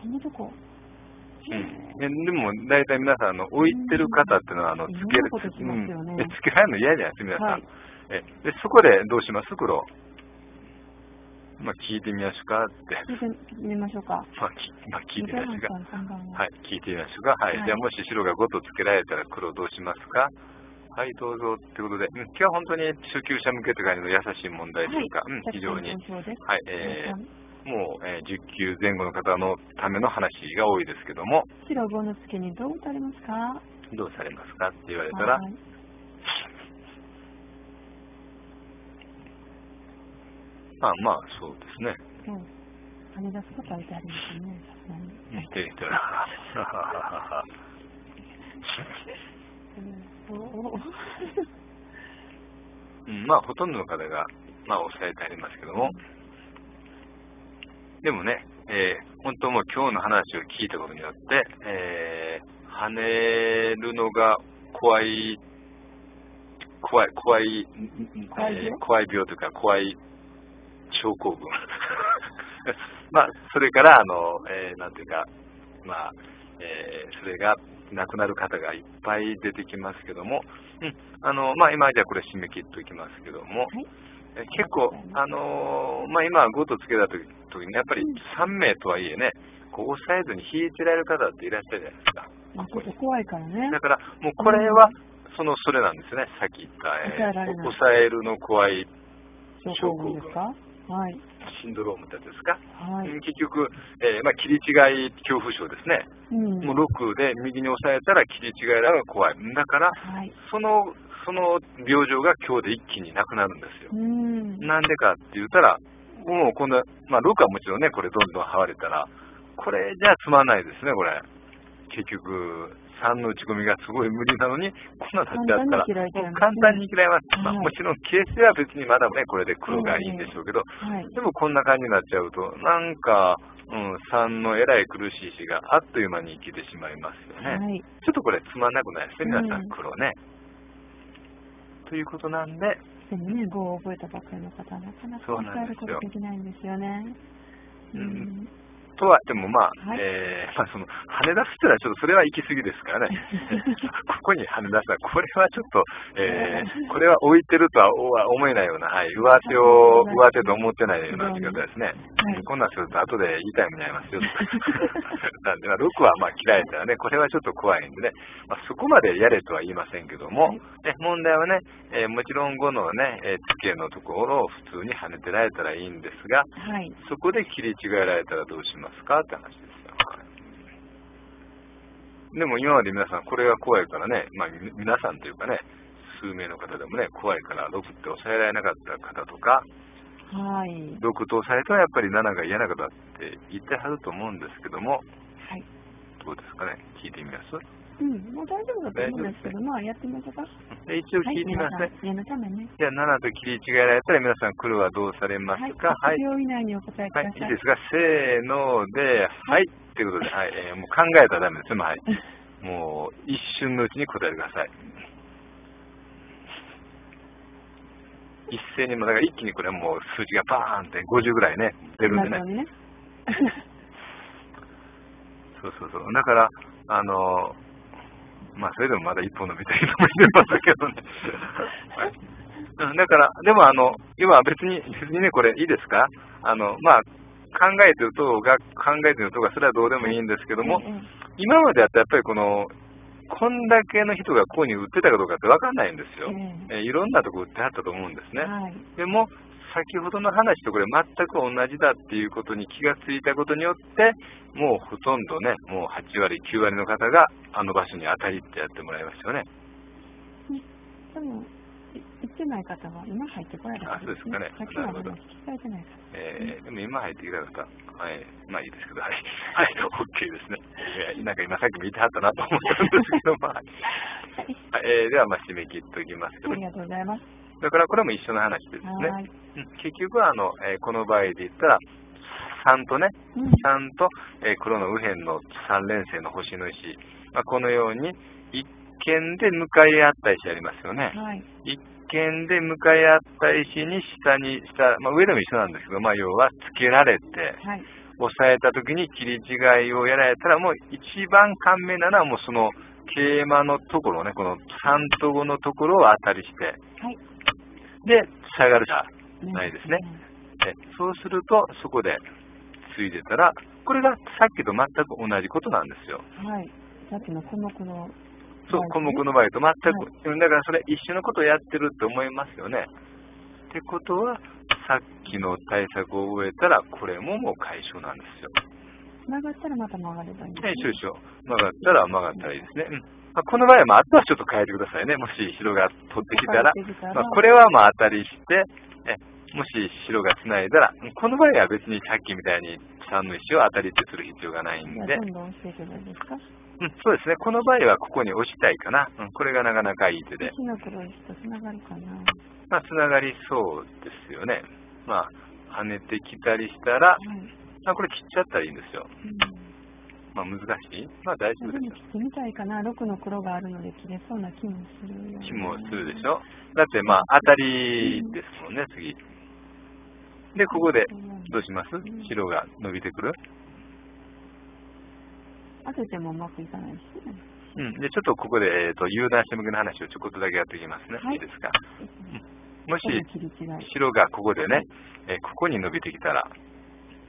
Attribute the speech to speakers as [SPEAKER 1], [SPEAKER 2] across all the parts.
[SPEAKER 1] そんなとこ。
[SPEAKER 2] うん、えでも、大体皆さん、あの置いてる方っていうのは、あのつ
[SPEAKER 1] い
[SPEAKER 2] け
[SPEAKER 1] ろんな
[SPEAKER 2] る
[SPEAKER 1] ことしますよね
[SPEAKER 2] うんえつけられるの嫌じゃないですか、皆さん。
[SPEAKER 1] はい
[SPEAKER 2] えでそこでどうします、黒。まあ、聞いてみましょうかって。
[SPEAKER 1] 聞いてみましょうか。
[SPEAKER 2] まあ、きまあ、聞いてみましょうか。
[SPEAKER 1] さん、こんばんは。
[SPEAKER 2] はい、聞いてみましょうか。はい。
[SPEAKER 1] はい
[SPEAKER 2] じゃあ、もし白が5とつけられたら黒どうしますかはい、どうぞってことで、うん、今日は本当に初級者向けとかの優しい問題というか、うん、非常に。
[SPEAKER 1] 着想です。
[SPEAKER 2] はい、えー、もう、えー10級前後の方のための話が多いですけども、
[SPEAKER 1] 白五のつけにどう打たれますか
[SPEAKER 2] どうされますかって言われたら、
[SPEAKER 1] はい
[SPEAKER 2] まあまあ、そうですね。
[SPEAKER 1] そう跳ね出すことは打たれますね。さすがに
[SPEAKER 2] うん、って言ったら、
[SPEAKER 1] うんおお
[SPEAKER 2] うん、まあ、ほとんどの方が、まあ、抑えてありますけども、でもね、えー本当もう今日の話を聞いたことによって、えー跳ねるのが怖い、怖い、怖い、ん
[SPEAKER 1] 怖い病
[SPEAKER 2] えー怖い病というか、怖い症候群。 まあ、それから、あの、えーなんていうか、まあ、えーそれが亡くなる方がいっぱい出てきますけども、うん、あの、まあ、今、じゃあこれ締め切っておきますけども、
[SPEAKER 1] はい。
[SPEAKER 2] え結構、あのーまあ、今、5とつけたときに、やっぱり3名とはいえね、こう抑えずに引いてられる方っていらっしゃるじゃないですか。
[SPEAKER 1] まあちょっと怖いからね。
[SPEAKER 2] だから、もうこれは、その、それなんですね。さっき言った、
[SPEAKER 1] 抑えられない
[SPEAKER 2] 抑えるの怖い
[SPEAKER 1] 症候群ですかはい。
[SPEAKER 2] シンドロームってやつですか。
[SPEAKER 1] はい。
[SPEAKER 2] 結局、えーまあ、切り違い恐怖症ですね。
[SPEAKER 1] うん。
[SPEAKER 2] もう6で右に抑えたら切り違いらが怖い。だから、
[SPEAKER 1] はい。
[SPEAKER 2] その、その病状が今日で一気になくなるんですよ
[SPEAKER 1] う。ん。
[SPEAKER 2] なんでかって言ったら、もう今度は、まあ、6はもちろんね、これどんどん剥がれたら、これじゃつまんないですね、これ。結局、3の打ち込みがすごい無理なのに、こんなになっちゃったら、もう簡
[SPEAKER 1] 簡
[SPEAKER 2] 単
[SPEAKER 1] 単
[SPEAKER 2] に
[SPEAKER 1] に
[SPEAKER 2] 嫌います。ま
[SPEAKER 1] は
[SPEAKER 2] あ、
[SPEAKER 1] い
[SPEAKER 2] もちろん、形勢は別にまだね、これで黒がいいんでしょうけど、
[SPEAKER 1] はい。
[SPEAKER 2] でもこんな感じになっちゃうと、なんか、うん、3のえらい苦しい死があっという間に生きてしまいますよね。
[SPEAKER 1] はい。
[SPEAKER 2] ちょっとこれつまんなくないですね、皆さ
[SPEAKER 1] うん
[SPEAKER 2] ん、黒ね。ということなんで、
[SPEAKER 1] でもね、5を覚えたばかりの方はなかなか
[SPEAKER 2] そうな
[SPEAKER 1] 抑え
[SPEAKER 2] ん
[SPEAKER 1] る
[SPEAKER 2] です
[SPEAKER 1] こ
[SPEAKER 2] よ
[SPEAKER 1] とできないんですよね。
[SPEAKER 2] うん
[SPEAKER 1] うん。
[SPEAKER 2] とは、でもまあ、
[SPEAKER 1] はい
[SPEAKER 2] えーまあその、跳ね出すってのはちょっとそれは行き過ぎですからね。ここに跳ね出すは、これはちょっと、えーこれは置いてるとはおは思えないような、はい、上手を、上手と思ってないような言い方ですね。
[SPEAKER 1] はい
[SPEAKER 2] こんなんすると後で痛い目に遭いますよ。なんで、まあ、6はまあ嫌いだからね、これはちょっと怖いんでね、まあ、そこまでやれとは言いませんけども、
[SPEAKER 1] はい
[SPEAKER 2] ね問題はね、えーもちろん5のね、えー付けのところを普通に跳ねてられたらいいんですが、
[SPEAKER 1] はい。
[SPEAKER 2] そこで切り違えられたらどうしますかって話ですよ。でも今まで皆さん、これが怖いからね、まあ、み皆さんというかね、数名の方でもね、怖いから6って抑えられなかった方とか、
[SPEAKER 1] はい。
[SPEAKER 2] 6と抑えたらやっぱり7が嫌な方って言ってはると思うんですけども、
[SPEAKER 1] はい。
[SPEAKER 2] どうですかね、聞いてみます
[SPEAKER 1] うん。もう大丈夫だと思うんですけど、まあやってみましょうか。
[SPEAKER 2] で一応
[SPEAKER 1] は
[SPEAKER 2] 聞
[SPEAKER 1] い。
[SPEAKER 2] いてみ
[SPEAKER 1] 皆さ
[SPEAKER 2] ますね。
[SPEAKER 1] ん、念のためね。
[SPEAKER 2] じゃあ7と切り違えられたら皆さん黒はどうされま
[SPEAKER 1] はい
[SPEAKER 2] す。かはい
[SPEAKER 1] 8。秒以内にお答えく
[SPEAKER 2] は
[SPEAKER 1] だ
[SPEAKER 2] い、いい
[SPEAKER 1] さい
[SPEAKER 2] で。すか、せーので、はい、っていうことで、はい、えーもう考えたらダメですね、もうはい。もう、一瞬のうちに答えてください。一斉に、もうだから一気にこれもう数字がバーンって50ぐらいね、出るんでね
[SPEAKER 1] な。ね。
[SPEAKER 2] そうそうそう。だから、あのーまあ、それでもまだ一本伸びたりとかしてましたけどね。はいうんだから、でもあの、要は別に、別にね、これいいですかあの、まあ、考えてる党が、考えてる党が、それはどうでもいいんですけども、
[SPEAKER 1] ええ
[SPEAKER 2] 今までやったらやっぱりこの、こんだけの人がこうに売ってたかどうかってわかんないんですよ。
[SPEAKER 1] え
[SPEAKER 2] えいろんなとこ売ってはったと思うんですね。
[SPEAKER 1] はい。
[SPEAKER 2] でも、先ほどの話とこれ全く同じだっていうことに気がついたことによって、もうほとんどね、もう8割、9割の方があの場所に当たりってやってもらいましたよね。
[SPEAKER 1] でも、い行ってない方は今入ってこられた
[SPEAKER 2] あそうですかね
[SPEAKER 1] さっきの話聞き換えてない方。
[SPEAKER 2] えーでも今入ってきた方、はい、まあいいですけど、はい、 はい、OK ですね。いやなんか今さっき見てはったなと思ったんです けど、まあ、
[SPEAKER 1] はい
[SPEAKER 2] はいえーではまあ締め切っておきますけ
[SPEAKER 1] あ
[SPEAKER 2] ど
[SPEAKER 1] り、がとうございます。
[SPEAKER 2] だからこれも一緒の話ですね。
[SPEAKER 1] はい。
[SPEAKER 2] うん結局はあの、えーこの場合で言ったら、3とね、
[SPEAKER 1] うん
[SPEAKER 2] 3と、えー黒の右辺の3連星の星の石、まあ、このように一見で向かい合った石ありますよね。
[SPEAKER 1] はい。
[SPEAKER 2] 一見で向かい合った石に下に下、まあ、上でも一緒なんですけど、まあ、要はつけられて、
[SPEAKER 1] はい。
[SPEAKER 2] 押さえた時に切り違いをやられたら、もう一番簡明なのは、もうその、桂馬のところね、この三と五のところを当たりして、
[SPEAKER 1] はい。
[SPEAKER 2] で、下がるしかないですね。でそうすると、そこで、ついでたら、これがさっきと全く同じことなんですよ。
[SPEAKER 1] はい。さっきのこの子の。
[SPEAKER 2] そう、
[SPEAKER 1] はい
[SPEAKER 2] 項目の場合と全く、うんだからそれ一緒のことをやってるって思いますよね。ってことは、さっきの対策を覚えたら、これももう解消なんですよ。
[SPEAKER 1] 曲がったらまた曲がればいいんです
[SPEAKER 2] ね
[SPEAKER 1] ね。
[SPEAKER 2] 一緒一緒。曲がったら曲がったらいいですね。うんまあ、この場合は、まあ、あとはちょっと変えてくださいね。もし白が取ってきたら
[SPEAKER 1] 取ってきた、ら
[SPEAKER 2] まあ、これはまあ当たりして、えもし白が繋いだら、うんこの場合は別にさっきみたいに3の石を当たりってする必要がないん
[SPEAKER 1] じゃあ
[SPEAKER 2] で、
[SPEAKER 1] どんどん押していけばいいですか
[SPEAKER 2] うん、そうですね。この場合はここに押したいかな。うん、これがなかなかいい手で。
[SPEAKER 1] 石の黒い石とつながるかな。
[SPEAKER 2] まあ、つながりそうですよね。まあ、跳ねてきたりしたら、
[SPEAKER 1] はい。
[SPEAKER 2] まあ、これ切っちゃったらいいんですよ。
[SPEAKER 1] うん
[SPEAKER 2] まあ、難しいまあ、大丈夫
[SPEAKER 1] で
[SPEAKER 2] で
[SPEAKER 1] も切ってみたいかな。六の黒があるので切れそうな気もするよ、ね。
[SPEAKER 2] す。気もするでしょだって、まあ、当たりですもんね、次。で、ここで、どうします白が伸びてくる
[SPEAKER 1] 当ててもうまくいかないし、
[SPEAKER 2] うん。で、ちょっとここで、えっ、と、誘断して向けの話をちょこっとだけやっていきますね。
[SPEAKER 1] はい
[SPEAKER 2] いいですか。うんもし
[SPEAKER 1] こ、の切り違い。
[SPEAKER 2] 白がここでね、えーここに伸びてきたら、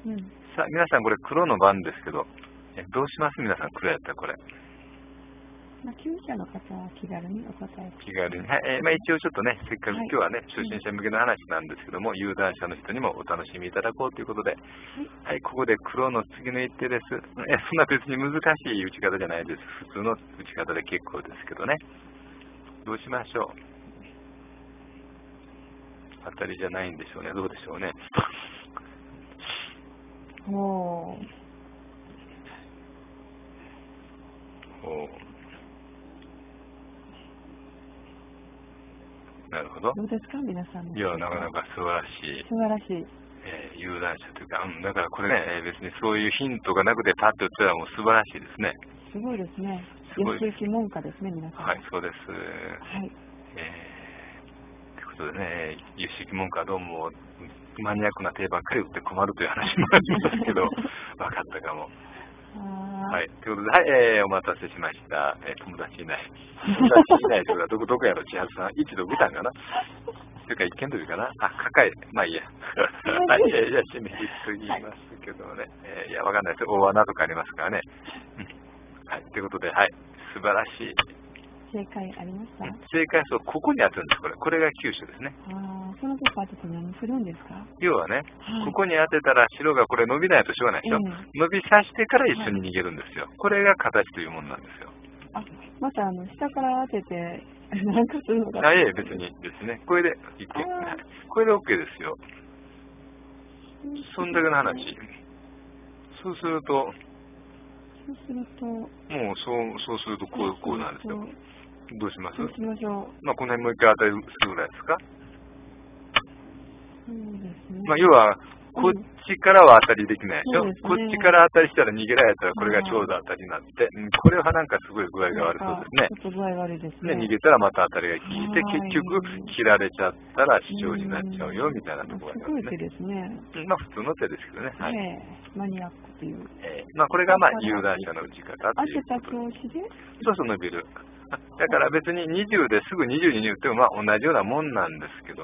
[SPEAKER 1] うん。
[SPEAKER 2] さあ、皆さんこれ黒の番ですけど、えどうします皆さん黒やったらこれ。
[SPEAKER 1] まあ、旧社の方は気軽にお答えく
[SPEAKER 2] 気軽に。はい、えーまあ一応ちょっとね、せっかく
[SPEAKER 1] はい
[SPEAKER 2] 今日はね、初心者向けの話なんですけども、有段者の人にもお楽しみいただこうということで、はい、ここで黒の次の一手です。えそんな別に難しい打ち方じゃないです。普通の打ち方で結構ですけどね。どうしましょう当たりじゃないんでしょうね。どうでしょうね。
[SPEAKER 1] だ さい。おー。
[SPEAKER 2] おーなるほど。
[SPEAKER 1] どうですか皆さんの。
[SPEAKER 2] いや、なかなか素晴らしい、
[SPEAKER 1] 素晴らしい。
[SPEAKER 2] えー、有段者というか、うん、だからこれね、えー別にそういうヒントがなくてパッと打ったらもう素晴らしいですね。
[SPEAKER 1] すごいですね。
[SPEAKER 2] すごい
[SPEAKER 1] 安行き文化ですね、皆さん。
[SPEAKER 2] はい、そうです。
[SPEAKER 1] はい。
[SPEAKER 2] えー、ということでね、輸出文化はどうもマニアックな手ばっかり打って困るという話もあります けど、分かったかも。
[SPEAKER 1] あー
[SPEAKER 2] はい。ということで、はい、えー、お待たせしました。えー友達いない。友達いないというか、どこ、どこやろ、千春さん。一度見たんかなというか、一見というかな。あ、抱え。まあいいや。 はい、えーじゃあ、締めていきますけどね。えーいや、わかんないです。大穴とかありますからね。うんはい。ということで、はい。素晴らしい。
[SPEAKER 1] 正解ありました、
[SPEAKER 2] うん正解数、ここに当てるんです、これ。これが九州ですね。
[SPEAKER 1] あーその時はちょっと何するんですか
[SPEAKER 2] 要はね、
[SPEAKER 1] はい
[SPEAKER 2] ここに当てたら白がこれ伸びないとしょうがないでしょ。
[SPEAKER 1] うん
[SPEAKER 2] 伸びさしてから一緒に逃げるんですよ。これが形というものなんですよ。
[SPEAKER 1] あ、またあの、下から当てて、 なんかするのか
[SPEAKER 2] あ、いえ、別にですね。これで、いって
[SPEAKER 1] あー
[SPEAKER 2] これで OK ですよ。そんだけの話。そうすると、も
[SPEAKER 1] そうすると、
[SPEAKER 2] う、そう、そうすると、こう、こうなんですよ。どうします
[SPEAKER 1] そうしましょう。
[SPEAKER 2] まあ、この辺もう一回当たりするぐらいですか
[SPEAKER 1] そうですね。
[SPEAKER 2] まあ、要は、こっちからは当たりできないでしょ、
[SPEAKER 1] うんそう
[SPEAKER 2] こ
[SPEAKER 1] ですね
[SPEAKER 2] っちから当たりしたら逃げられたらこれがちょうど当たりになって、うんこれはなんかすごい具合が悪そうで
[SPEAKER 1] なん
[SPEAKER 2] すね
[SPEAKER 1] か。ちょっと具合悪いです
[SPEAKER 2] ね、
[SPEAKER 1] ね。
[SPEAKER 2] 逃げたらまた当たりが効いて、
[SPEAKER 1] はい
[SPEAKER 2] 結局切られちゃったら死傷になっちゃうよみたいなところがあ
[SPEAKER 1] すご
[SPEAKER 2] り
[SPEAKER 1] い
[SPEAKER 2] ま
[SPEAKER 1] 手
[SPEAKER 2] す
[SPEAKER 1] ですね。
[SPEAKER 2] ね。うんまあ普通の手ですけどね。はい。
[SPEAKER 1] ねえマニアックという。
[SPEAKER 2] えーまあこれがまあ有段者の打ち方
[SPEAKER 1] 当
[SPEAKER 2] ってい
[SPEAKER 1] て
[SPEAKER 2] う
[SPEAKER 1] た調
[SPEAKER 2] こと
[SPEAKER 1] 子で、
[SPEAKER 2] そうそう伸びる。だから別に20ですぐ22に打ってもまあ同じようなもんなんですけども